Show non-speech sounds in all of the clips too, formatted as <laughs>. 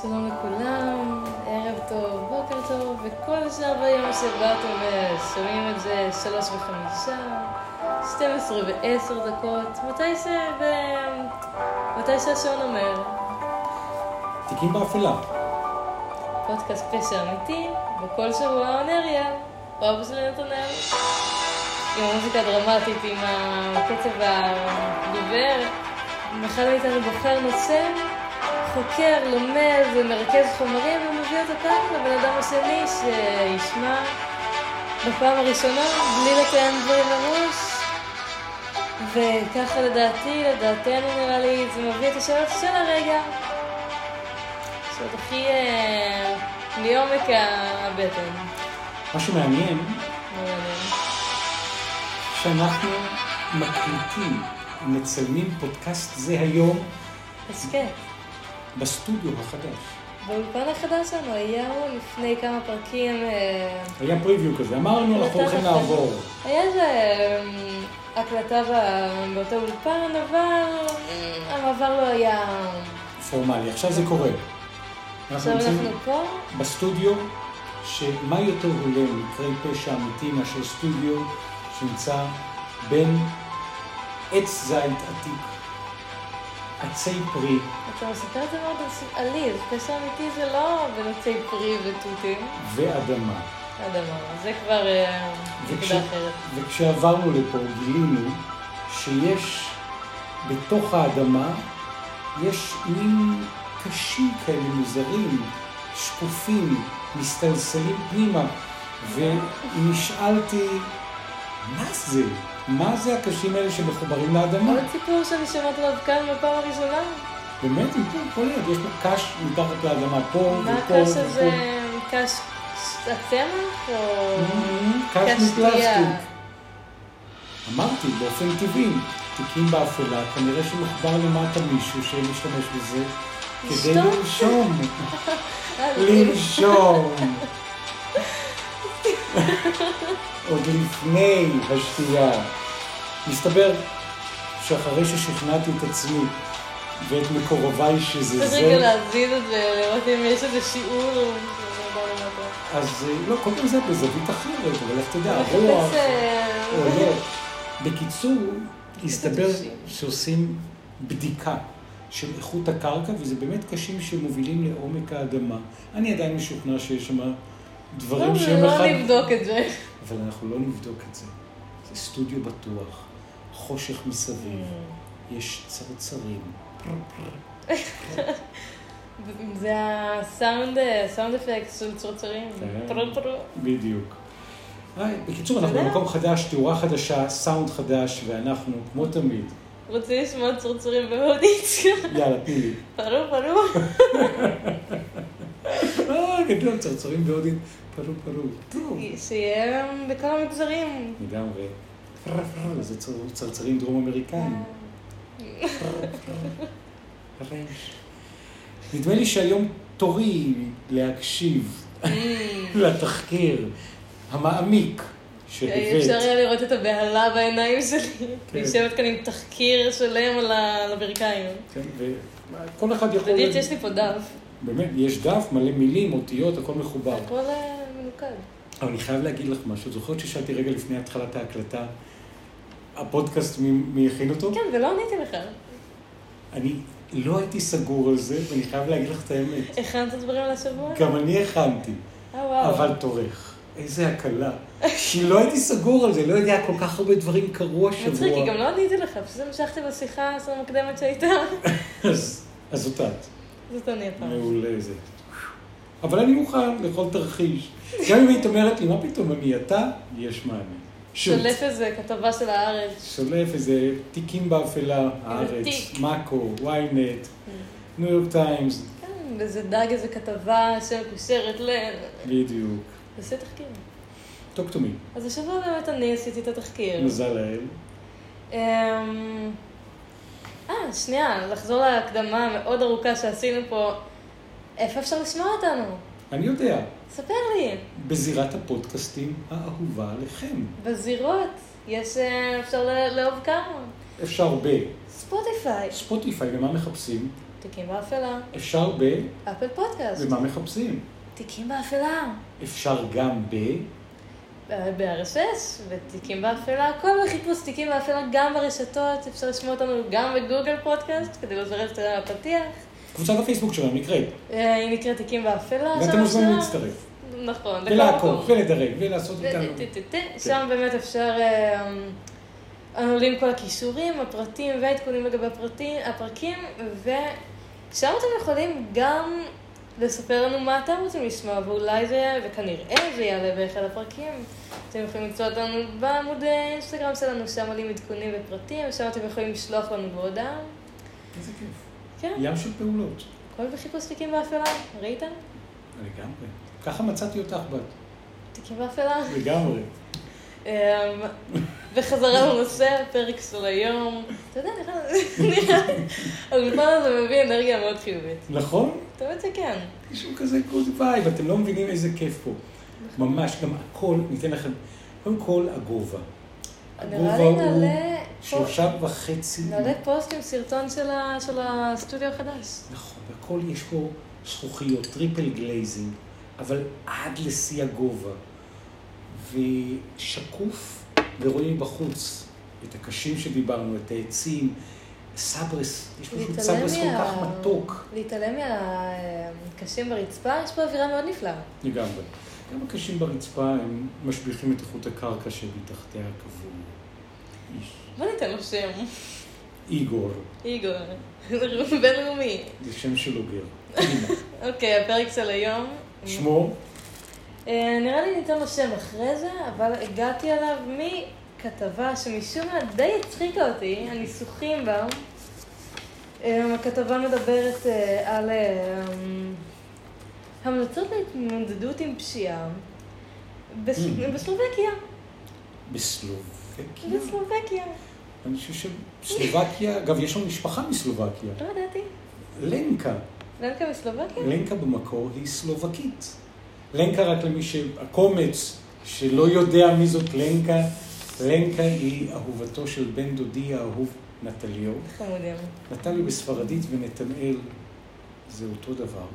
שלום לכולם, ערב טוב, בוקר טוב, וכל שאר ביום שבא טובה, שומעים את זה שלוש וחמישה, 12 ועשר דקות, מתי ש... ב... מתי שהשעון אומר, תיקים באפלה. פודקאסט פשע אמיתי, בכל שבוע עונה אריאל, הוא אבא של נתנאל, עם המוזיקה הדרמטית, עם הקצב הדובר, אחד מאיתנו בוחר נושא, חוקר, לומד ומרכז חומרים ומביא אותו כאן לבן אדם השני שישמע בפעם הראשונה בלי לתאם דברים בראש. וככה לדעתי, לדעתנו נראה לי, זה מביא את השאלות של הרגע. שאלות הכי אה, מעומק הבטן. משהו מעניין, לא מעניין. שאנחנו מקליטים, מצלמים פודקאסט זה היום אז כן, בסטודיו החדש. באולפן החדש שלנו היה לפני כמה פרקים... אה, היה פריוויו כזה, אמרנו אנחנו הולכים הקלטה בחדר. לעבור. היה איזה אמ, הקלטה ב- באותו אולפן, אבל אמ, המעבר לא היה... פורמלי, עכשיו זה קורה. אנחנו עכשיו נמצאים אנחנו פה, בסטודיו, שמה יותר הולם מקרי פשע אמיתי מאשר סטודיו שנמצא בין עץ זית עתיק, עצי פרי, אתה מספר את זה מאוד עליז, פשע אמיתי זה לא בנושאי פרי ותותים, ואדמה. אדמה, זה כבר אה, וכש- נקודה אחרת. וכשעברנו לפה גילינו שיש בתוך האדמה, יש מין קשים כאלה מוזרים, שקופים, מסתלסלים פנימה, ונשאלתי, מה זה? מה זה הקשים האלה שמחוברים לאדמה? עוד סיפור שאני שומעת עליו כאן בפעם הראשונה, באמת, עם פה, כל יד, יש פה קש מתחת לאדמה, פה ופה. מה הקש ופה. הזה, קש הצמח או... קש קש מפלסטיק. שתייה. אמרתי, באופן טבעי, תיקים באפלה, כנראה שמחובר למטה מישהו שמשתמש בזה כדי לשתות? <laughs> לנשום, אה, זה <laughs> לנשום. עוד לפני השתייה. מסתבר שאחרי ששכנעתי את עצמי ואת מקורביי שזה צריך רגע זה, להזיז את זה, לראות אם יש איזה שיעור. זה לא למטה. אז אה, לא, קודם זה בזווית אחרת, אבל איך אתה יודע, הרוח... מחפש, אה, או לא. בקיצור, הסתבר קשים. שעושים בדיקה של איכות הקרקע, וזה באמת קשים שמובילים לעומק האדמה. אני עדיין משוכנע שיש שם דברים טוב, שהם לא נבדוק את זה. אבל אנחנו לא נבדוק את זה. זה סטודיו בטוח, חושך מסביב, יש צרצרים. זה הסאונד, אה, הסאונד אפקט של צרצרים. כן. טרו טרו. בדיוק. היי, בקיצור, אנחנו אתה יודע? במקום חדש, תאורה חדשה, סאונד חדש, ואנחנו, כמו תמיד, רוצים לשמוע צרצרים בהודית? יאללה, תני לי. <laughs> פרו פרו. <laughs> אה, גדול, צרצרים בהודית, פרו פרו. טוב. שיהיה אה, בכל המגזרים. לגמרי. פר, פר, זה צר- צרצרים דרום אמריקאים. רייש. נדמה לי שהיום תורי להקשיב אה, לתחקיר המעמיק אה, אפשר שהבאת. היה לראות את הבהלה בעיניים שלי. כן. אני יושבת כאן עם תחקיר שלם על ה- על הברכיים. כן, וכל אחד יכול... נגיד שיש לי פה דף. באמת, יש דף מלא מילים, אותיות, הכל מחובר. הכל אה, מנוקד. אבל אני חייב להגיד לך משהו. זוכרת ששאלתי רגע לפני התחלת ההקלטה, הפודקאסט, מי מי הכין אותו? כן, ולא עניתי לך. אני לא הייתי סגור על זה, ואני חייב להגיד לך את האמת. הכנת דברים לשבוע? גם אני הכנתי, אה, וואו. אבל תורך. איזה הקלה. כי לא הייתי סגור על זה, לא יודע, כל כך הרבה דברים קרו השבוע. מצחיק, כי גם לא עניתי לך, פשוט המשכתי בשיחה המוקדמת <laughs> שהייתה. לא- אז אז זאת את. זאת אני הפעם. מעולה זה. אבל אני מוכן לכל תרחיש. גם אם היית אומרת לי, מה פתאום אני אתה, יש מענה. שוט. שלף איזה כתבה של הארץ. שולף איזה תיקים באפלה, הארץ, תיק. Mm. מאקו, ynet, ניו יורק טיימס, כן, איזה דג, איזה כתבה שמקושרת ל... בדיוק. עושה תחקיר. טוק טו מי. אז השבוע באמת אני עשיתי את התחקיר. מזל לאל. אמ, אה, שנייה, לחזור להקדמה המאוד ארוכה שעשינו פה. איפה אפשר לשמוע אותנו? אני יודע, ספר לי. בזירת הפודקאסטים האהובה עליכם. בזירות. יש, אה, אפשר לא- לאהוב כמה. אפשר ב... ספוטיפיי. ספוטיפיי, ומה מחפשים? תיקים באפלה, אפשר ב... אפל פודקאסט, ומה מחפשים? תיקים באפלה, אה, אפשר גם ב... ב-RSS ותיקים באפלה, כל בחיפוש תיקים באפלה גם ברשתות, אפשר לשמוע אותנו גם בגוגל פודקאסט כדי לא לזרז את הפתיח. קבוצת הפייסבוק שלנו נקראת. אה, היא נקראת תיקים באפלה, ואתם שם מוזמנים אפשר- להצטרף. נכון, בכל מקום. ולעקוב, ולדרג, ולעשות איתנו. טה-טה-טה-טה. שם באמת אפשר, אה, אמ, עולים כל הכישורים, הפרטים והעדכונים לגבי הפרטים, הפרקים, ושם אתם יכולים גם לספר לנו מה אתם רוצים לשמוע, ואולי זה יעלה, וכנראה זה יעלה באחד הפרקים. אתם יכולים למצוא אותנו בעמוד האינסטגרם שלנו, שם עולים עדכונים ופרטים, שם אתם יכולים לשלוח לנו בהודעה. איזה כיף. כן, ים של פעולות. הכל בחיפוש תיקים באפלה, ראית? לגמרי. ככה מצאתי אותך בת. תיקים באפלה. לגמרי. אמ, וחזרה לנושא, הפרק של היום. אתה יודע, נראה- נראה, האולפן הזה מביא אנרגיה מאוד חיובית. נכון? תמיד שכן. יש שם כזה גוד וייב, אתם לא מבינים איזה כיף פה. ממש, גם הכל, ניתן לכם, קודם כל הגובה. נראה הגובה לי הוא נעלה פוסט- שלושה וחצי. נעלה פוסט עם סרטון של ה- של הסטודיו החדש. נכון, והכל יש פה זכוכיות, טריפל גלייזינג, אבל עד לשיא הגובה. ושקוף, ורואים בחוץ את הקשים שדיברנו, את העצים, סברס, יש פשוט להתעלם סברס כל מה- כך מתוק. להתעלם מהקשים ברצפה, יש פה אווירה מאוד נפלאה. לגמרי. גם הקשים ברצפה, הם משביחים את איכות הקרקע שמתחתיה קבור. איש. בוא ניתן לו שם. איגור, איגור. בינלאומי. זה שם של אוגר. אימא. אוקיי, הפרק של היום. שמו, אה, נראה לי ניתן לו שם אחרי זה, אבל הגעתי אליו מכתבה שמשום מה די הצחיקה אותי, הניסוחים בה. אה, הכתבה מדברת אה, על אה, המלצות להתמודדות עם פשיעה בס- Mm. בסלובקיה. בסלובקיה. בסלובקיה. אני חושב שסלובקיה, אגב, יש לנו משפחה מסלובקיה. לא ידעתי. לנקה. לנקה בסלובקיה? לנקה במקור היא סלובקית. לנקה רק למי שהקומץ שלא יודע מי זאת לנקה, לנקה היא אהובתו של בן דודי האהוב נטליו. חמודים. נטלי בספרדית ונתנאל זה אותו דבר,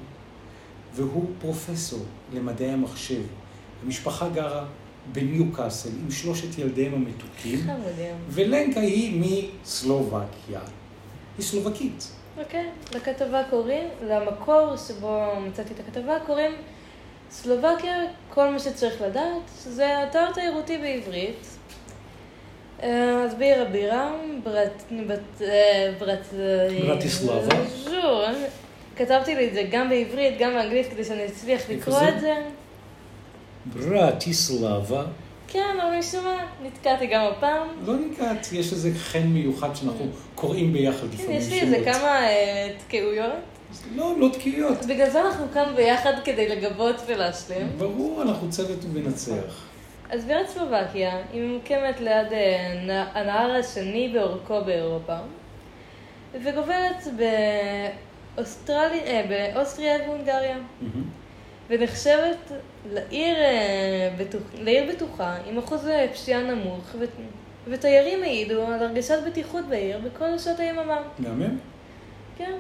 והוא פרופסור למדעי המחשב. המשפחה גרה בניוקאסל עם שלושת ילדיהם המתוקים, חמודים. ולנקה היא מסלובקיה. היא סלובקית. אוקיי. לכתבה קוראים, למקור שבו מצאתי את הכתבה קוראים סלובקיה, כל מה שצריך לדעת, זה אתר תיירותי בעברית. אה, אז בעיר הבירה, ברט... בת... אה, ברט... ברטיסלבה. ז'ון. כתבתי לי את זה גם בעברית, גם באנגלית, כדי שאני אצליח איפה לקרוא זה? את זה. ברטיסלבה. כן, אבל משום מה, נתקעתי גם הפעם. לא נקראת, יש איזה חן מיוחד שאנחנו קוראים ביחד כן, לפעמים. יש לי איזה שמות. כמה אה, תקעויות. לא, הן לא תקיעיות. בגלל זה אנחנו כאן ביחד כדי לגבות ולהשלים. ברור, אנחנו צוות ומנצח. אז בירת סלובקיה היא ממוקמת ליד אה, נ- הנהר השני באורכו באירופה וגובלת באוסטרלי- אה, באוסטריה והונגריה מהמם. ונחשבת לעיר, אה, בטוח, לעיר בטוחה עם אחוז אה, פשיעה נמוך ו, ותיירים העידו על הרגשת בטיחות בעיר בכל שעות היממה, מהמם? כן.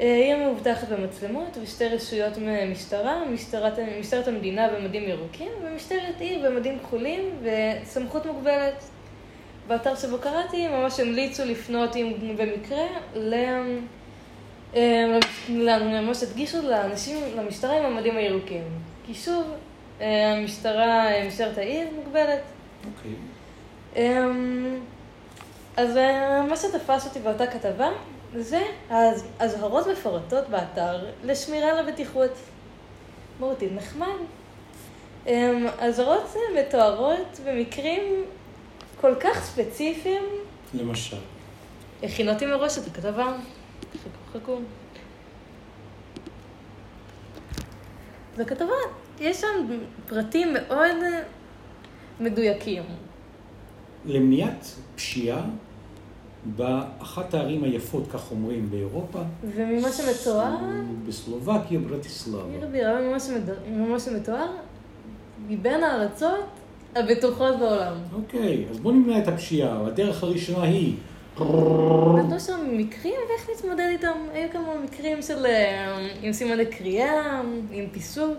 אה, העיר מאובטחת במצלמות ושתי רשויות משטרה, משטרת, משטרת המדינה במדים ירוקים ומשטרת עיר במדים כחולים וסמכות מוגבלת. באתר שבו קראתי ממש המליצו לפנות אם במקרה ל... אה, ל- ממש הדגישו לאנשים, למשטרה עם המדים הירוקים. כי שוב, אה, המשטרה, אה, משטרת העיר מוגבלת. אוקיי. אמ, אז אה, מה שתפס אותי באותה כתבה זה האז- אזהרות מפורטות באתר לשמירה על הבטיחות. מהותית נחמד. אמ, אזהרות אה, מתוארות במקרים כל כך ספציפיים. למשל. הכינותי מראש את הכתבה. חכו, חכו. בכתבה יש שם פרטים מאוד אה, מדויקים. למניעת פשיעה באחת הערים היפות, כך אומרים, באירופה. וממה שמתואר, כן. בסלובקיה, עיר ברטיסלבה. הבירה ממה שמד- ממה שמתואר, מבין הארצות הבטוחות בעולם. אוקיי, אז בואו נמנע את הפשיעה. הדרך הראשונה היא נתנו שם מקרים, ואיך להתמודד איתם? היו כמה מקרים של... אה, עם סימני קריאה, עם פיסוק.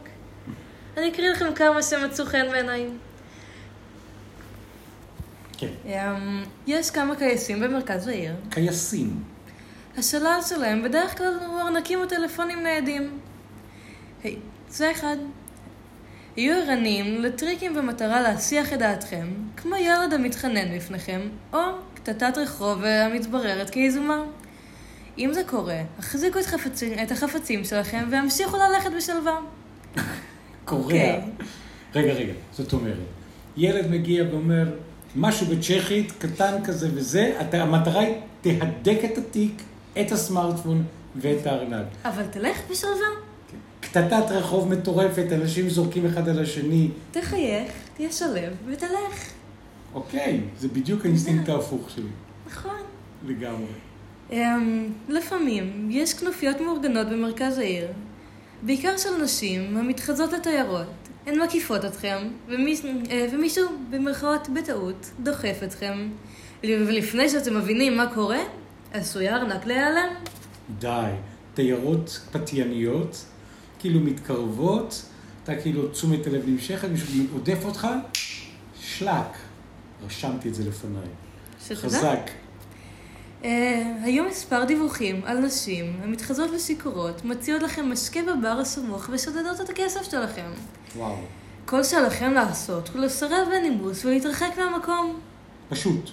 אני אקריא לכם כמה שמצאו חן בעיניי. כן. אמ, יש כמה קייסים במרכז העיר. קייסים. השלל שלהם בדרך כלל הוא ארנקים או טלפונים ניידים. היי, זה אחד. יהיו ערניים לטריקים במטרה להסיח את דעתכם, כמו ילד המתחנן בפניכם, או קטטת רחוב המתבררת כיזומה. אם זה קורה, החזיקו את, חפצים, את החפצים שלכם והמשיכו ללכת בשלווה. קוריאה. אוקיי. רגע, רגע, זאת אומרת, ילד מגיע ואומר, משהו בצ'כית, קטן כזה וזה, אתה, המטרה היא תהדק את התיק, את הסמארטפון ואת הארנק. אבל תלך בשלווה, קטטת רחוב מטורפת, אנשים זורקים אחד על השני. תחייך, תהיה שלב ותלך. אוקיי, זה בדיוק האינסטינקט ההפוך שלי, נכון. לגמרי. אמ, לפעמים יש כנופיות מאורגנות במרכז העיר, בעיקר של נשים המתחזות לתיירות. הן מקיפות אתכם, ומיש, אה, ומישהו במרכאות בטעות דוחף אתכם. ולפני שאתם מבינים מה קורה, עשוי הארנק להיעלם. די, תיירות פתייניות, כאילו מתקרבות, אתה כאילו תשומת הלב נמשכת, מישהו עודף אותך, שלק. רשמתי את זה לפניי. שתדע. חזק. אה, היו מספר דיווחים על נשים המתחזות לשיכורות, מציעות לכם משקה בבר הסמוך ושודדות את הכסף שלכם. וואו. כל שעליכם לעשות הוא לסרב בנימוס ולהתרחק מהמקום. פשוט.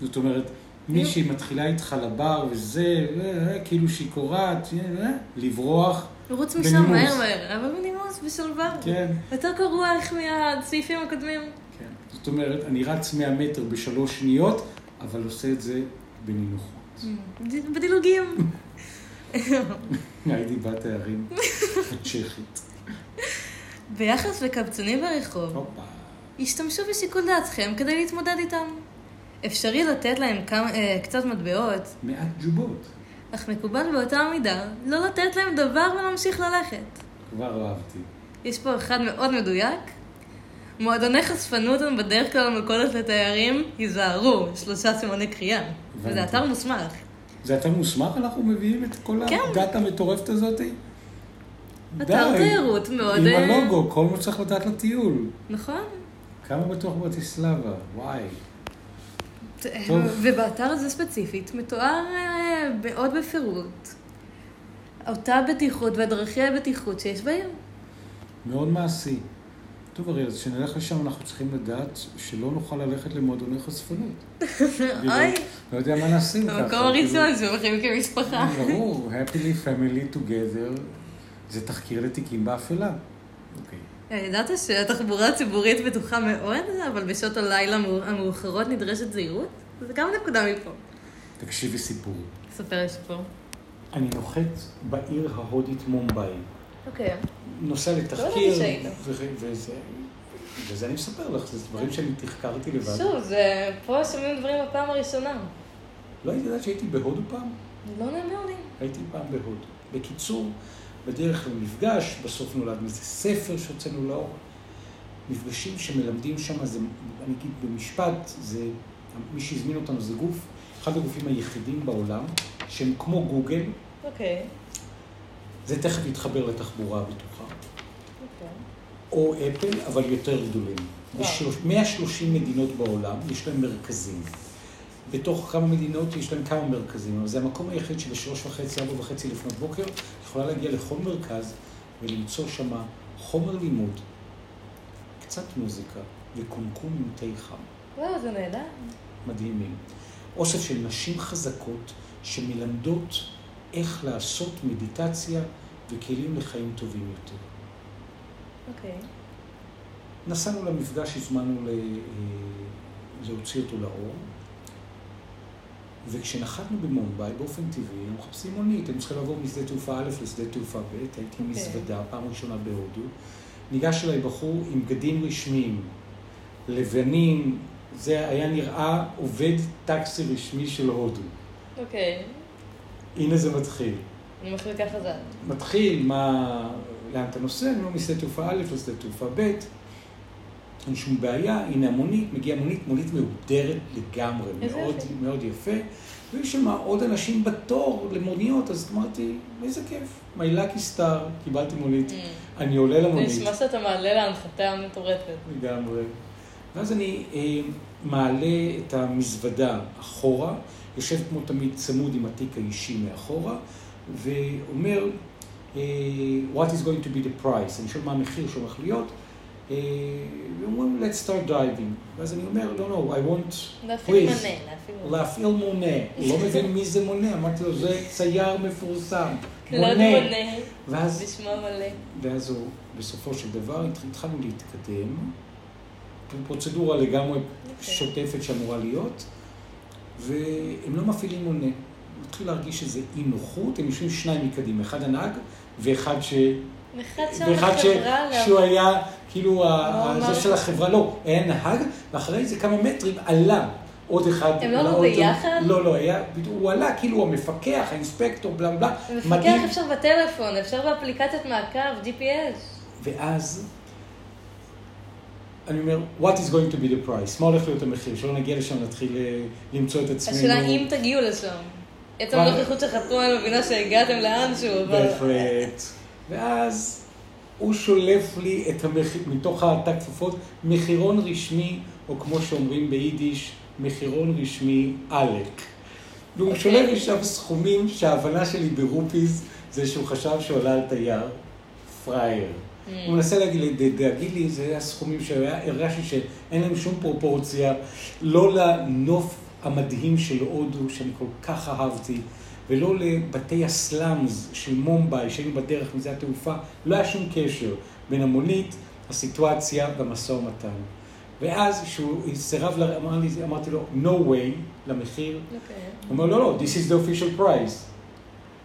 זאת אומרת, מישהי מתחילה איתך לבר וזה, אה, אה, כאילו שיכורת, אה, אה, לברוח, לרוץ בנימוס. משם מהר מהר, אבל בנימוס, בשלווה. כן. יותר קרוע איך מהסעיפים הקודמים. כן. זאת אומרת, אני רץ 100 מטר בשלוש שניות, אבל עושה את זה בנינוחות. ד- בדילוגים. הייתי בת הערים הצ'כית. ביחס לקבצנים ברחוב, הופה. השתמשו בשיקול דעתכם כדי להתמודד איתם. אפשרי לתת להם כמה, אה, קצת מטבעות, מעט ג'ובות. אך מקובל באותה המידה לא לתת להם דבר ולהמשיך ללכת. כבר אהבתי. יש פה אחד מאוד מדויק. מועדוני חשפנות הם בדרך כלל מקולת לתיירים, היזהרו, שלושה סימני קריאה. וזה אתר מוסמך. זה אתה מוסמך? אנחנו מביאים את כל כן. הדת המטורפת הזאת? אתר די. תיירות מאוד, עם אה, הלוגו, כל מה שצריך לדעת לטיול. נכון? כמה בתוך ברטיסלבה, וואי. טוב. ובאתר הזה ספציפית מתואר אה, מאוד בפירוט אותה בטיחות ודרכי הבטיחות שיש בעיר. מאוד מעשי. טוב, אריאל, אז כשנלך לשם אנחנו צריכים לדעת שלא נוכל ללכת למועדוני חשפנות. אוי, לא יודע מה נעשה עם ככה. המקום הראשון שהולכים כמשפחה. כאילו, ברור, happily family together זה תחקיר לתיקים באפלה. אוקיי. אה, ידעת שהתחבורה הציבורית בטוחה מאוד, אבל בשעות הלילה המאו- המאוחרות נדרשת זהירות? זה גם נקודה מפה. תקשיבי סיפור. ספר לי סיפור. אני נוחת בעיר ההודית מומבאי. אוקיי. נוסע ידעתי לתחקיר, שהיית. ו- וזה- וזה אני מספר לך, זה דברים שאני תחקרתי לבד. שוב, זה... פה שומעים דברים בפעם הראשונה. לא הייתי יודעת שהייתי בהודו פעם? לא נאמר לי. הייתי פעם בהודו. בקיצור, בדרך למפגש, בסוף נולד מזה ספר שהוצאנו לאור. מפגשים שמלמדים שם, זה, אני אגיד במשפט, זה, מי שהזמין אותנו זה גוף, אחד הגופים היחידים בעולם, שהם כמו גוגל, אוקיי. זה תכף יתחבר לתחבורה הבטוחה, אוקיי. או אפל, אבל יותר גדולים. וואו. ב-130 מדינות בעולם יש להם מרכזים. בתוך כמה מדינות יש להם כמה מרכזים, אבל זה המקום היחיד שבשלוש וחצי, ארבע וחצי לפנות בוקר, יכולה להגיע לכל מרכז ולמצוא שם חומר לימוד, קצת מוזיקה וקומקום עם תה חם. וואו, זה נהדר. מדהימים. אוסף של נשים חזקות שמלמדות איך לעשות מדיטציה וכלים לחיים טובים יותר. אוקיי. נסענו למפגש, הזמנו ל... אה, להוציא אותו לאור, וכשנחתנו במומבאי, באופן טבעי, הם מחפשים מונית, הם צריכים לעבור משדה תעופה א' לשדה תעופה ב', הייתי עם אוקיי. מזוודה, פעם ראשונה בהודו. ניגש אליי בחור עם בגדים רשמיים, לבנים, זה היה נראה עובד טקסי רשמי של הודו. אוקיי. הנה זה מתחיל. אני מחליקה חזק. מתחיל, מה, לאן אתה נוסע, אני אומר משדה תעופה א' לשדה תעופה ב', אין שום בעיה, הנה המונית, מגיעה מונית, מונית מהודרת לגמרי, איזה מאוד, יופי. מאוד יפה. והיו שם עוד אנשים בתור למוניות, אז אמרתי, איזה כיף, my lucky star, קיבלתי מונית, אני עולה זה למונית. נשמע אה. שאתה מעלה להנחתה המטורפת. לגמרי. ואז אני אה, מעלה את המזוודה אחורה, יושב כמו תמיד צמוד עם התיק האישי מאחורה, ואומר, אה, what is going to be the price? אני שואל מה המחיר שהולך להיות, אה, ואומרים, let's start diving. ואז אני אומר, לא, לא, I want, להפעיל please, מנה, להפעיל מנה. להפעיל מונה. הוא לא מבין מי זה מונה, אמרתי לו, זה צייר מפורסם. <laughs> לא מונה. מונה, ואז בשמו מלא. ואז הוא, בסופו של דבר, התח- התחלנו להתקדם, פרוצדורה לגמרי אוקיי. שוטפת שאמורה להיות, והם לא מפעילים מונה. מתחיל להרגיש איזה אי נוחות, הם יושבים שניים מקדימה, אחד הנהג ואחד ש... אחד שם ואחד ש... בחברה, שהוא גם. היה כאילו ה- אמר. זה של החברה, לא, היה נהג, ואחרי זה כמה מטרים עלה עוד אחד. הם לא עלו לאוטו. ביחד? לא, לא, היה, הוא עלה כאילו המפקח, האינספקטור, בלה בלה. מפקח אפשר בטלפון, אפשר באפליקציית מעקב, GPS. ואז אני אומר, what is going to be the price? מה הולך להיות המחיר? שלא נגיע לשם, נתחיל אה, למצוא את עצמנו. השאלה אם תגיעו לשם. עצם מה? הנוכחות שלך פה, אני מבינה שהגעתם לאנשהו, אבל... בהחלט. ואז הוא שולף לי את המחיר, מתוך התא כפפות, מחירון רשמי, או כמו שאומרים ביידיש, מחירון רשמי עלק. והוא אוקיי. שולף לי שם סכומים שההבנה שלי ברופיס זה שהוא חשב שהוא עלה על תייר, פראייר. הוא מנסה להגיד לי, ד- להגיד לי, זה הסכומים שהרגשתי שאין להם שום פרופורציה, לא לנוף המדהים של הודו, שאני כל כך אהבתי, ולא לבתי הסלאמס של מומבאי, שהיינו בדרך משדה התעופה, לא היה שום קשר בין המונית, הסיטואציה והמשא ומתן. ואז כשהוא סירב, ל- אמר לי, אמרתי לו, no way, למחיר, אוקיי. הוא אומר, לא, לא, this is the official price.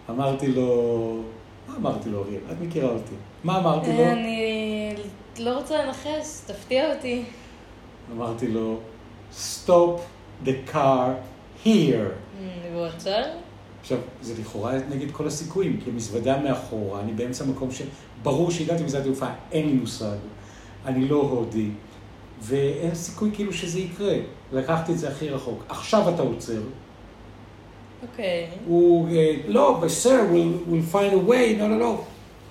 אמרתי לו, מה אמרתי לו, אריאל? את מכירה אותי. מה אמרתי לו? אני לא רוצה לנחש, תפתיע אותי. אמרתי לו, stop the car here. אה, והוא עצר? עכשיו, זה לכאורה נגד כל הסיכויים, כי המזוודה מאחורה, אני באמצע מקום ש... ברור שהגעתי מזדה תעופה, אין לי מושג, אני לא הודי, ואין סיכוי כאילו שזה יקרה. לקחתי את זה הכי רחוק. עכשיו אתה עוצר. אוקיי. הוא, אה, לא, but sir, we'll, we'll find a way, לא, לא, לא.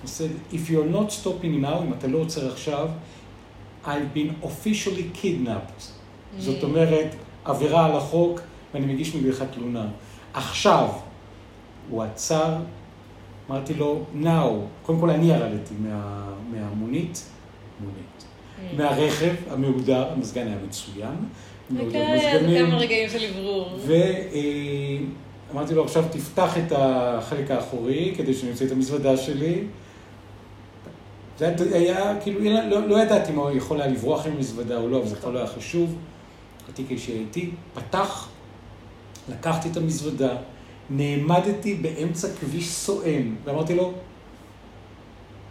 He said, if you're not stopping now, אם אתה לא עוצר עכשיו, I've been officially kidnapped. זאת אומרת, עבירה על החוק, ואני מגיש נגדך תלונה. עכשיו, הוא עצר, אמרתי לו, now, קודם כל אני ירדתי מה, מהמונית, מונית, Mm. Hmm. מהרכב המהודר, המזגן היה מצוין. מאוד אוקיי, אז מזגנים. כמה רגעים של אוורור. ואמרתי לו, עכשיו תפתח את החלק האחורי כדי שאני אוציא את המזוודה שלי. זה היה- היה, כאילו, לא- לא לא ידעתי אם הוא יכול היה לברוח עם המזוודה או לא, אבל זה כבר לא היה חשוב. התיק האישי היה איתי, פתח, לקחתי את המזוודה, נעמדתי באמצע כביש סואן, ואמרתי לו,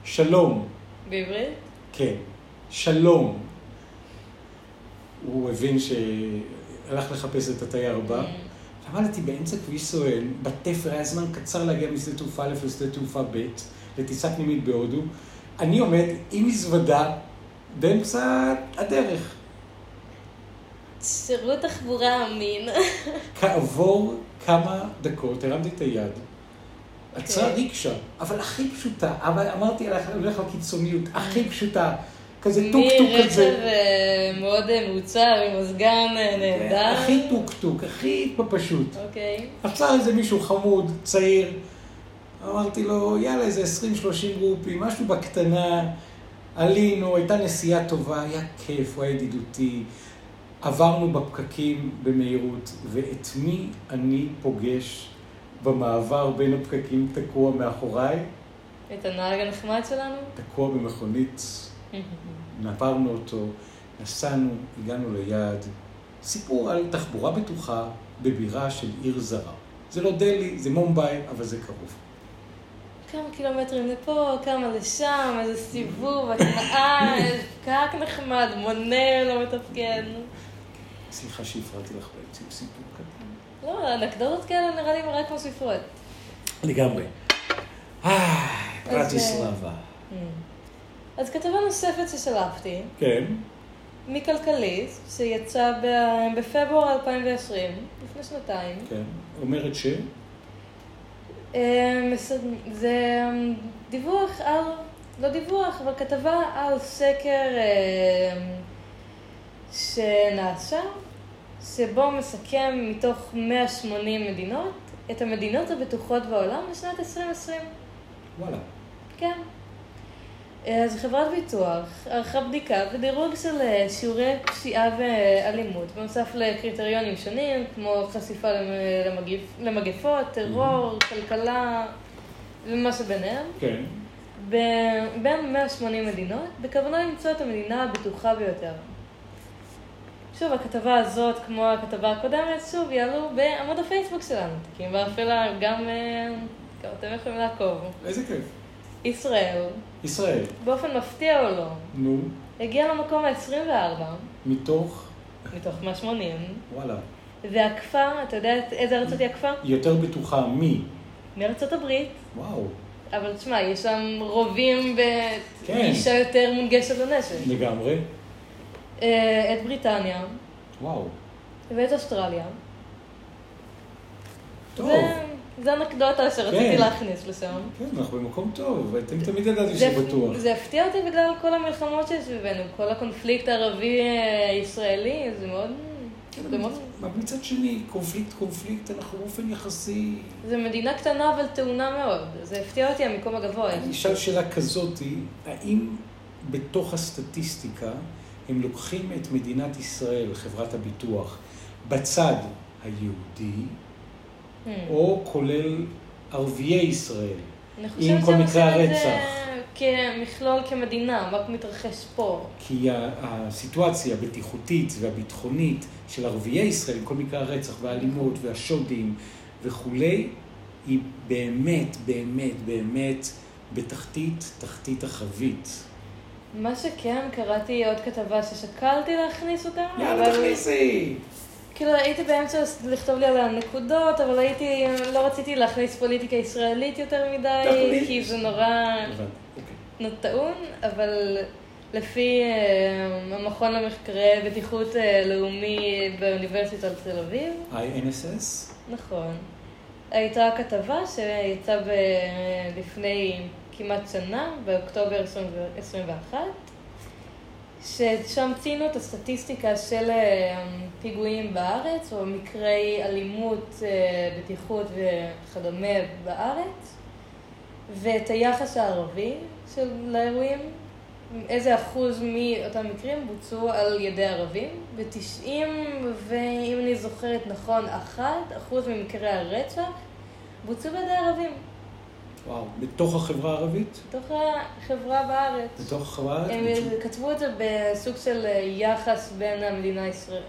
שלום. בעברית? כן, שלום. הוא הבין שהלך לחפש את התייר הבא. עמדתי באמצע כביש סואן, בתפר היה זמן קצר להגיע משדה תעופה א' לשדה תעופה ב', לטיסה פנימית בהודו. אני עומד עם מזוודה באמצע הדרך. שירות תחבורה אמין. כעבור כמה דקות הרמתי את היד, עצרה אוקיי. ריקשה, אבל הכי פשוטה, אבל אמרתי, "אני הולך לקיצוניות, הכי פשוטה, כזה טוק-טוק מרכב כזה. כן, אה, מאוד אה, מעוצב, עם מזגן אה, נהדר. הכי טוקטוק, הכי פשוט. אוקיי. עצר איזה מישהו חמוד, צעיר. אמרתי לו, יאללה, איזה 20-30 רופי, משהו בקטנה. עלינו, הייתה נסיעה טובה, היה כיף, הוא היה ידידותי. עברנו בפקקים במהירות, ואת מי אני פוגש במעבר בין הפקקים תקוע מאחוריי? את הנהג הנחמד שלנו? תקוע במכונית נברנו אותו, נסענו, הגענו ליעד. סיפור על תחבורה בטוחה בבירה של עיר זרה. זה לא דלהי, זה מומבאי, אבל זה קרוב. כמה קילומטרים לפה, כמה לשם, איזה סיבוב, <coughs> התנעה, איזה פקק נחמד, מונה לא מתפקד. סליחה שהפרעתי לך באמצע עם סיפור כזה. לא, אנקדוטות כאלה נראה לי הן רק מוסיפות. לגמרי. אה, אז, ברטיסלבה. אז כתבה נוספת ששלפתי, כן. מכלכליסט, שיצא ב- בפברואר 2020, לפני שנתיים. כן. אומרת ש... אה, מס- זה אה, דיווח על, לא דיווח, אבל כתבה על סקר אה, שנעשה, שבו מסכם מתוך 180 מדינות את המדינות הבטוחות בעולם לשנת 2020. וואלה. כן. אה, אז חברת ביטוח ערכה בדיקה ודירוג של אה, שיעורי פשיעה ואלימות, בנוסף לקריטריונים שונים, כמו חשיפה למ- למגיפ- למגפות, טרור, כלכלה ומה שביניהם, כן. ב- בין 180 מדינות, בכוונה למצוא את המדינה הבטוחה ביותר. שוב, הכתבה הזאת, כמו הכתבה הקודמת, שוב, יעלו בעמוד הפייסבוק שלנו, כי באפלה גם, אה, גם אתם יכולים לעקוב. איזה כיף. ישראל, ישראל. באופן מפתיע או לא, נו, הגיע למקום ה-24, מתוך... מתוך 180, וואלה. והכפר, אתה יודע את- איזה ארצות היא הכפר? יותר בטוחה מי? מארצות הברית, וואו. אבל תשמע, יש שם רובים כן. ואישה יותר מונגשת לנשק. לגמרי. אה, את בריטניה, וואו. ואת אוסטרליה. טוב. זה- זה אנקדוטה שרציתי כן. להכניס לשם. כן, אנחנו במקום טוב. אתם תמיד ידעתי זה- שבטוח. זה הפתיע אותי בגלל כל המלחמות שיש בינינו, כל הקונפליקט הערבי-ישראלי, זה מאוד... כן. זה מאוד... אבל מצד שני, קונפליקט, קונפליקט, אנחנו באופן יחסי... זו מדינה קטנה אבל טעונה מאוד. זה הפתיע אותי המקום הגבוה. אני אשאל שאלה כזאתי, האם בתוך הסטטיסטיקה הם לוקחים את מדינת ישראל, חברת הביטוח, בצד היהודי, Hmm. או כולל ערביי ישראל? אני עם חושבת כל שהם מקרי עושים את זה הרצח. כמכלול, כמדינה, מה מתרחש פה. כי ה- הסיטואציה הבטיחותית והביטחונית של ערביי ישראל, עם כל מקרי הרצח והאלימות והשודים וכולי, היא באמת, באמת, באמת בתחתית, תחתית החבית. מה שכן, קראתי עוד כתבה ששקלתי להכניס אותה, יאללה, אבל תכניסי! כאילו הייתי באמצע לכתוב לי על הנקודות, אבל הייתי, לא רציתי להכניס פוליטיקה ישראלית יותר מדי, תכניס. כי זה נורא הבנתי, אוקיי. נו- טעון, אבל לפי אה, המכון למחקרי בטיחות אה, לאומי באוניברסיטת תל אביב, INSS? נכון. הייתה כתבה שיצאה ב- לפני כמעט שנה, באוקטובר 2021, ששם ציינו את הסטטיסטיקה של אה, פיגועים בארץ, או מקרי אלימות, אה, בטיחות וכדומה בארץ, ואת היחס הערבי של לאירועים, איזה אחוז מאותם מקרים בוצעו על ידי ערבים, ו-90, ואם אני זוכרת נכון, 1 אחוז ממקרי הרצח בוצעו בידי ערבים, וואו, בתוך החברה הערבית? בתוך החברה בארץ. בתוך החברה הם הערבית? כתבו את זה בסוג של יחס בין המדינה הישראל-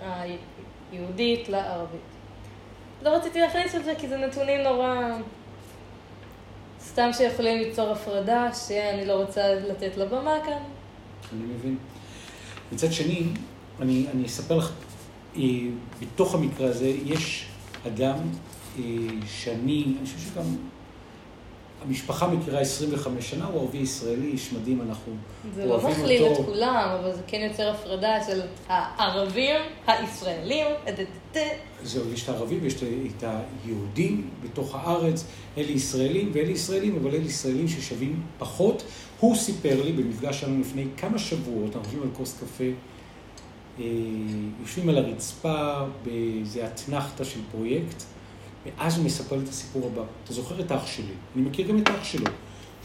היהודית לערבית. לא רציתי להכניס את זה כי זה נתונים נורא סתם שיכולים ליצור הפרדה שאני לא רוצה לתת לה במה כאן. אני מבין. מצד שני, אני, אני אספר לך, אה, בתוך המקרה הזה יש אדם אה, שאני, אני חושב שגם המשפחה מכירה 25 שנה, הוא ערבי ישראלי, איש מדהים, אנחנו זה לא אוהבים מכליל את אותו. כולם, אבל זה כן יוצר הפרדה של הערבים, הישראלים, הדדדה. זהו, יש את הערבים ויש את היהודים בתוך הארץ, אלה ישראלים ואלה ישראלים, אבל אלה ישראלים ששווים פחות. הוא סיפר לי במפגש שלנו לפני כמה שבועות, אנחנו יושבים על כוס קפה, אה, יושבים על הרצפה באיזה אתנחתה של פרויקט, ואז הוא מספר לי את הסיפור הבא. אתה זוכר את אח שלי, אני מכיר גם את אח שלו,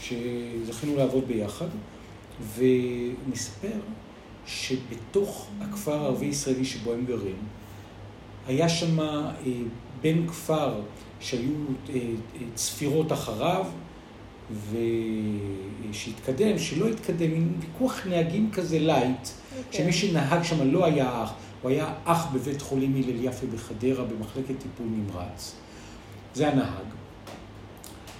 שזכינו לעבוד ביחד, והוא מספר שבתוך הכפר הערבי-ישראלי שבו הם גרים, היה שם אה, בן כפר שהיו אה, אה, צפירות אחריו, ושהתקדם, שלא התקדם, מין ויכוח נהגים כזה לייט, okay. אוקיי. כן. שמי שנהג שם לא היה אח, הוא היה אח בבית חולים הלל יפה בחדרה, במחלקת טיפול נמרץ. זה הנהג.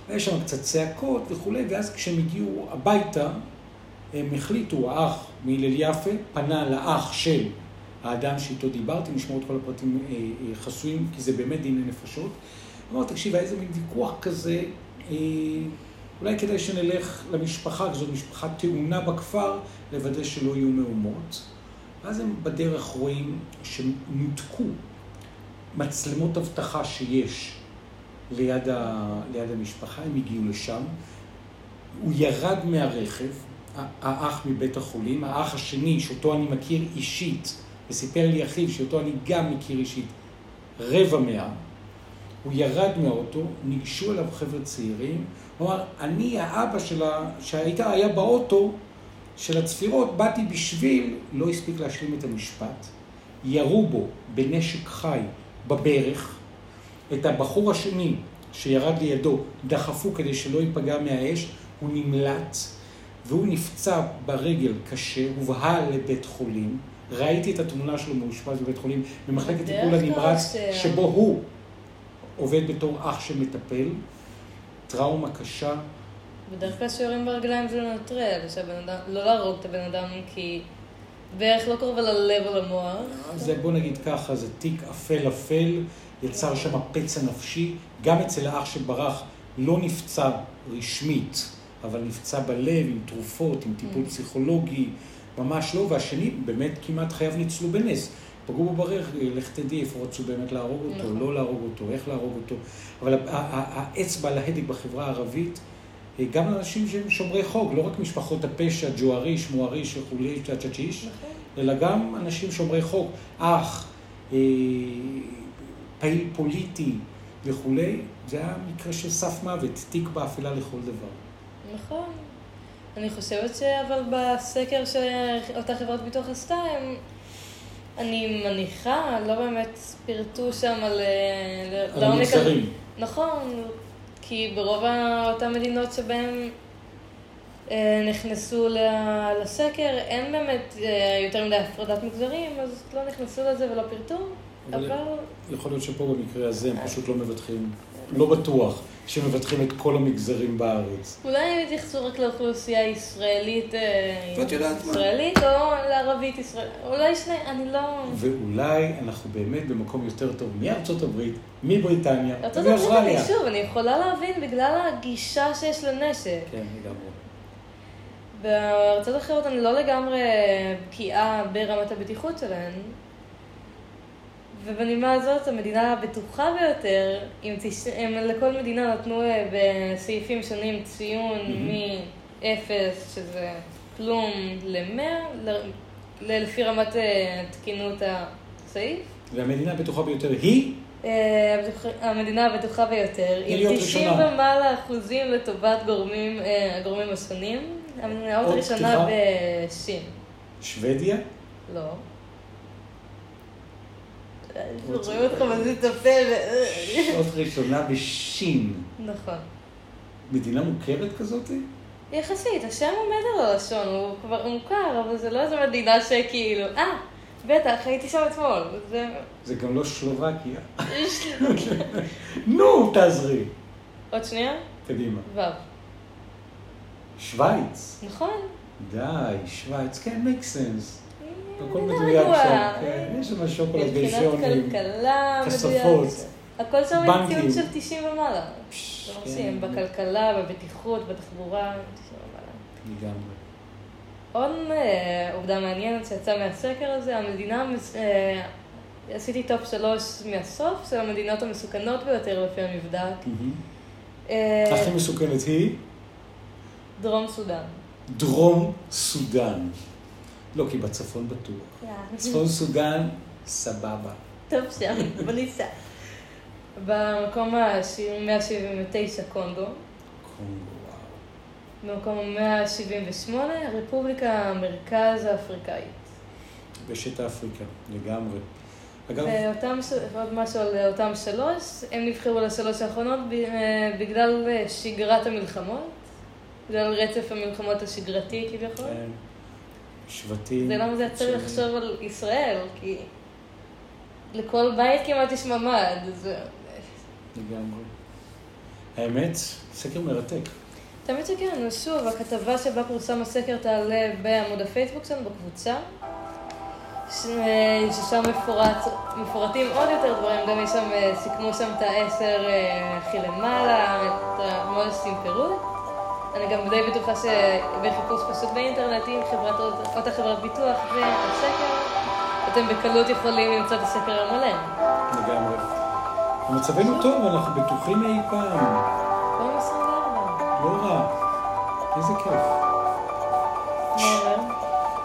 היה שם קצת צעקות וכולי, ואז כשהם הגיעו הביתה, הם החליטו, האח מהלל יפה פנה לאח של האדם שאיתו דיברתי, נשמור את כל הפרטים אה, אה, חסויים, כי זה באמת דיני נפשות. אמר, תקשיב, היה איזה מין ויכוח כזה, אה, אולי כדאי שנלך למשפחה, כי זאת משפחה טעונה בכפר, לוודא שלא יהיו מהומות. ואז הם בדרך רואים שנותקו מצלמות אבטחה שיש ליד, ה, ליד המשפחה, הם הגיעו לשם. הוא ירד מהרכב, ה- האח מבית החולים, האח השני, שאותו אני מכיר אישית, וסיפר לי אחיו, שאותו אני גם מכיר אישית, רבע מאה, הוא ירד מהאוטו, ניגשו אליו חבר'ה צעירים, הוא אמר, אני האבא שלה, שהיית, היה באוטו של הצפירות, באתי בשביל, לא הספיק להשלים את המשפט, ירו בו בנשק חי בברך, את הבחור השני שירד לידו דחפו כדי שלא ייפגע מהאש, הוא נמלט והוא נפצע ברגל קשה, הובהל לבית חולים. ראיתי את התמונה שלו מאושפז בבית חולים במחלקת בדרך טיפול כלל הנמרץ, זה- שבו הוא עובד בתור אח שמטפל. טראומה קשה, בדרך כלל שיורים ברגליים זה לנטרל, שהבן אדם, לא להרוג את הבן אדם כי בערך לא קרובה ללב או למוח. זה בוא נגיד ככה, זה תיק אפל אפל, יצר שם פצע נפשי, גם אצל האח שברח לא נפצע רשמית, אבל נפצע בלב עם תרופות, עם טיפול פסיכולוגי, ממש לא, והשני באמת כמעט חייו ניצלו בנס. פגעו בו ברך, לך תדעי איפה רצו באמת להרוג אותו, נכון. לא להרוג אותו, איך להרוג אותו. אבל ה- ה- ה- האצבע על ההדק בחברה הערבית, אה, גם לאנשים שהם שומרי חוק, לא רק משפחות הפשע, ג'ואריש, מואריש וכולי, צ'צ'צ'יש, אלא גם אנשים שומרי חוק, אח, אה, פעיל פוליטי וכולי, זה היה מקרה של סף מוות, תיק באפלה לכל דבר. נכון. אני חושבת שאבל בסקר שאותה חברת ביטוח עשתה, הם... אני מניחה, לא באמת פירטו שם על... אה, ל- על לעומק המגזרים. נכון, כי ברוב ה- אותן מדינות שבהן אה, נכנסו ל- לסקר, אין באמת אה, יותר מדי הפרדת מגזרים, אז לא נכנסו לזה ולא פירטו, אבל- אבל יכול להיות שפה במקרה הזה אה. הם פשוט לא מבטחים, לא בטוח שמבטחים את כל המגזרים בארץ. אולי הם יתייחסו רק לאוכלוסייה הישראלית אה, ואת יודעת מה? ישראלית או לערבית ישראלית, אולי שני, אני לא... ואולי אנחנו באמת במקום יותר טוב מארצות הברית, מבריטניה, ארצות הברית, ומאוסטרליה. אני- שוב, אני יכולה להבין בגלל הגישה שיש לנשק. כן, לגמרי. בארצות אחרות אני לא לגמרי בקיאה ברמת הבטיחות שלהן. ובנימה הזאת, המדינה הבטוחה ביותר, אם תש... הם לכל מדינה נתנו אה, בסעיפים שונים ציון מ-0, שזה כלום, ל-100, ל... ל- לפי רמת אה, תקינות הסעיף. והמדינה הבטוחה ביותר היא אה, הבטוח- המדינה הבטוחה ביותר, עם להיות 90 ראשונה. ומעלה אחוזים לטובת גורמים, אה, הגורמים השונים. המדינה עוד הראשונה פתיחה? בשין. <laughs> שוודיה. לא. אה, רואים אותך מזיז את הפה ו... עוד ראשונה בשין. נכון. מדינה מוכרת כזאת? יחסית, השם עומד על הלשון, הוא כבר מוכר, אבל זה לא איזה מדינה שכאילו, אה, בטח, הייתי שם אתמול. זה... זה גם <laughs> לא שלובקיה. נו, תעזרי. עוד שנייה? קדימה. וו. שווייץ. נכון? די, שווייץ. כן, make sense. הכל כן, מדינה מדויק שם. רגועה. כן, יש שם שוקולד מבחינת גייזונים. כלכלה, מדויק. לא כספות, הכל שם עם בנקים. ציון של 90 ומעלה. פש, זה כן. מרשים, בכלכלה, בבטיחות, בתחבורה, 90 ומעלה. לגמרי. עוד אה, עובדה מעניינת שיצאה מהסקר הזה, המדינה, המס- אה, עשיתי טופ שלוש מהסוף, של המדינות המסוכנות ביותר לפי המבדק. מהמם. אה, הכי מסוכנת היא דרום סודאן. דרום סודאן. לא, כי בצפון <laughs> בטוח. צפון סודאן, סבבה. טוב שם, בוא ניסע. במקום ה-179 קונגו, קונגו, וואו. במקום ה-178 הרפובליקה המרכז האפריקאית. בשט אפריקה, לגמרי. אגב, ואותם, ש- עוד משהו על אותם שלוש, הם נבחרו לשלוש האחרונות ב- אה, בגלל אה, שגרת המלחמות, בגלל רצף המלחמות השגרתי כביכול. אה, שבטים. זה למה זה היה צריך שבטים. לחשוב על ישראל, כי לכל בית כמעט יש ממ"ד, זה... לגמרי. האמת, סקר מרתק. תמיד שכן, אז שוב, הכתבה שבה פורסם הסקר תעלה בעמוד הפייסבוק שלנו, בקבוצה, ש... ששם מפורט... מפורטים עוד יותר דברים, גם יש שם, אה, סיכמו שם את העשר אה, הכי למעלה, את המודס עם פירוט, אני גם די בטוחה שבחיפוש פשוט באינטרנט עם חברת, אותה חברת ביטוח והסקר, אתם בקלות יכולים למצוא את הסקר המולם. לגמרי. מצבנו טוב, אנחנו בטוחים מאי פעם. כל 24. לא רע. איזה כיף. מעורר.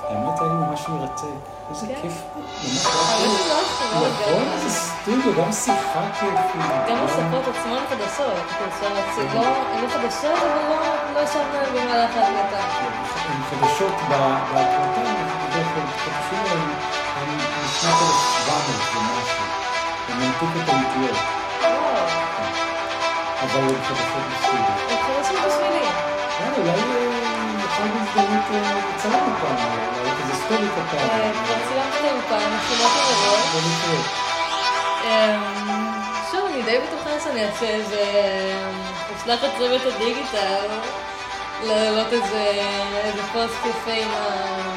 האמת היה לי ממש מרתק. איזה כן. כיף. ממש אבל רע. זה לא אחרון, נכון, גם- איזה סטודיו, גם שיחה כיפית. נכון. גם השפות עצמן חדשות, פרסום עצמי, לא, הן לא חדשות, אבל לא- לא ישבנו עליהן במהלך ההקלטה. הן חדשות ב- בהקלטה, אנחנו בדרך כלל מתחדשים עליהן, הן משנת 1700 ומשהו. הן הנפיקות אמיתיות, וואו, אבל הן חדשות בסטודיו. הם חדשים בשבילי. אה, אולי אה, נוכל בהזדמנות אה, לצלם אותם, אולי כזה סטורי קטן. אה, כבר צילמתי להם פעם, משימות עבודות. זה נקרא. אמ, שוב, אני די בטוחה שאני אעשה איזה... אמ, אשלח את צוות הדיגיטל להעלות איזה איזה פוסט יפה עם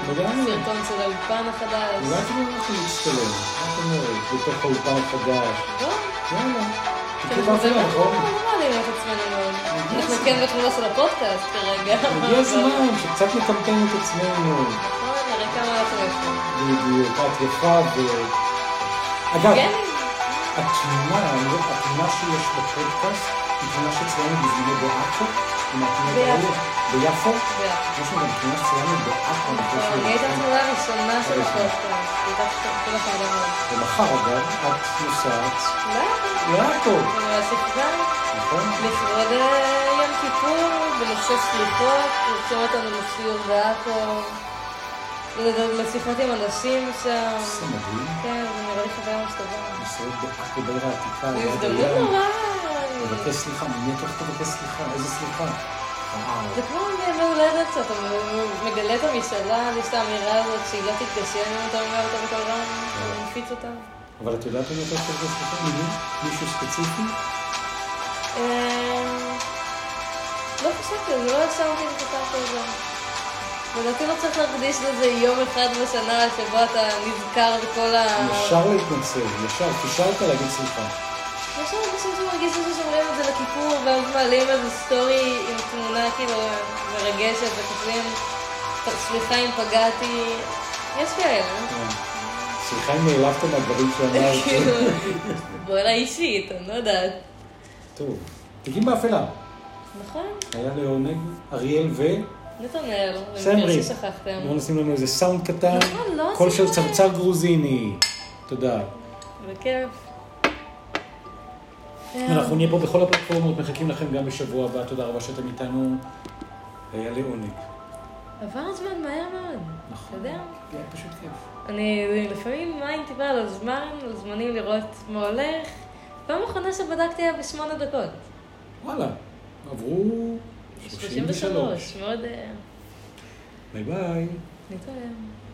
לגמרי. הסרטון של האולפן החדש. אולי אפילו אנחנו נצטלם, מה את אומרת? בתוך האולפן החדש. לא? יאללה. תקראו אנחנו באווירה, באמת לא נכון? מעלים את עצמנו מאוד. אנחנו כן בתמונה של הפודקאסט כרגע. הגיע הזמן שקצת נטמטם את עצמנו. נכון, נראה כמה אנחנו יפים. בדיוק, את יפה ו... אגב, כן, התמונה, אני אומר, התמונה שיש בפודקאסט היא תמונה שציינו בזמנו בעכו, עם התמונה ביפו. בעיר, ביפו. ביפו. יש לנו גם תמונה שציינו בעכו, אני חושב נכון, היא הייתה שזה- התמונה הראשונה של הפודקאסט. היא הייתה כל החברה. ומחר אגב, את נוסעת לא, לעכו, אבל הספרה... נכון? לכבוד אה, יום כיפור, בנושא סליחות, לרצום אותנו לסיור בעכו, לד- לשיחות עם אנשים זה שם, מדהים. כן, זה נראה לי חוויה משתווה. מסעות בעכו בעיר העתיקה. זו ליד הזדמנות הים. נורא... תבקש סליחה, ממי אתה הולך לבקש סליחה? איזה סליחה? זה וואו. כמו בהולדת שאתה מ- מגלה את המשאלה, יש את האמירה הזאת שהיא לא תתגשם אם אתה אומר אותה בקול רם, אתה מפיץ אותה. אבל את יודעת למי אתה הולך לבקש סליחה? ממי? מישהו ספציפי? אה, לא חשבתי, אני לא ישבתי עם כתב על זה. לדעתי לא צריך להקדיש לזה יום אחד בשנה שבו אתה נזכר בכל ה... ישר להתנצל, ישר, פישרת להגיד סליחה. יש לנו אנשים שמרגישים ששומרים את זה לכיפור ואז מעלים איזה סטורי עם תמונה כאילו מרגשת וכותבים סליחה אם פגעתי. יש כאלה. אה, סליחה אם נעלבת מהדברים <laughs> כאילו, שאמרת. בואלה אישית, אני לא יודעת. טוב, תיקים באפלה. נכון? היה לעונג, אריאל ו... נתנאל, במקרה סמרי. ששכחתם. לא נשים לנו איזה סאונד קטן. נכון, לא קול עשינו של את זה. כן. צרצר גרוזיני. תודה. בכיף. כן, אנחנו נהיה פה בכל הפלטפורמות, מחכים לכם גם בשבוע הבא. תודה רבה שאתם איתנו. היה לעונג. עבר הזמן מהר מאוד, אתה נכון. יודע? היה פשוט כיף. אני לפעמים מיין טיפה על הזמן, על זמנים לראות מה הולך. פעם אחרונה שבדקתי היה בשמונה דקות. וואלה, עברו 33. 33, מאוד... אה, ביי ביי. נתראה.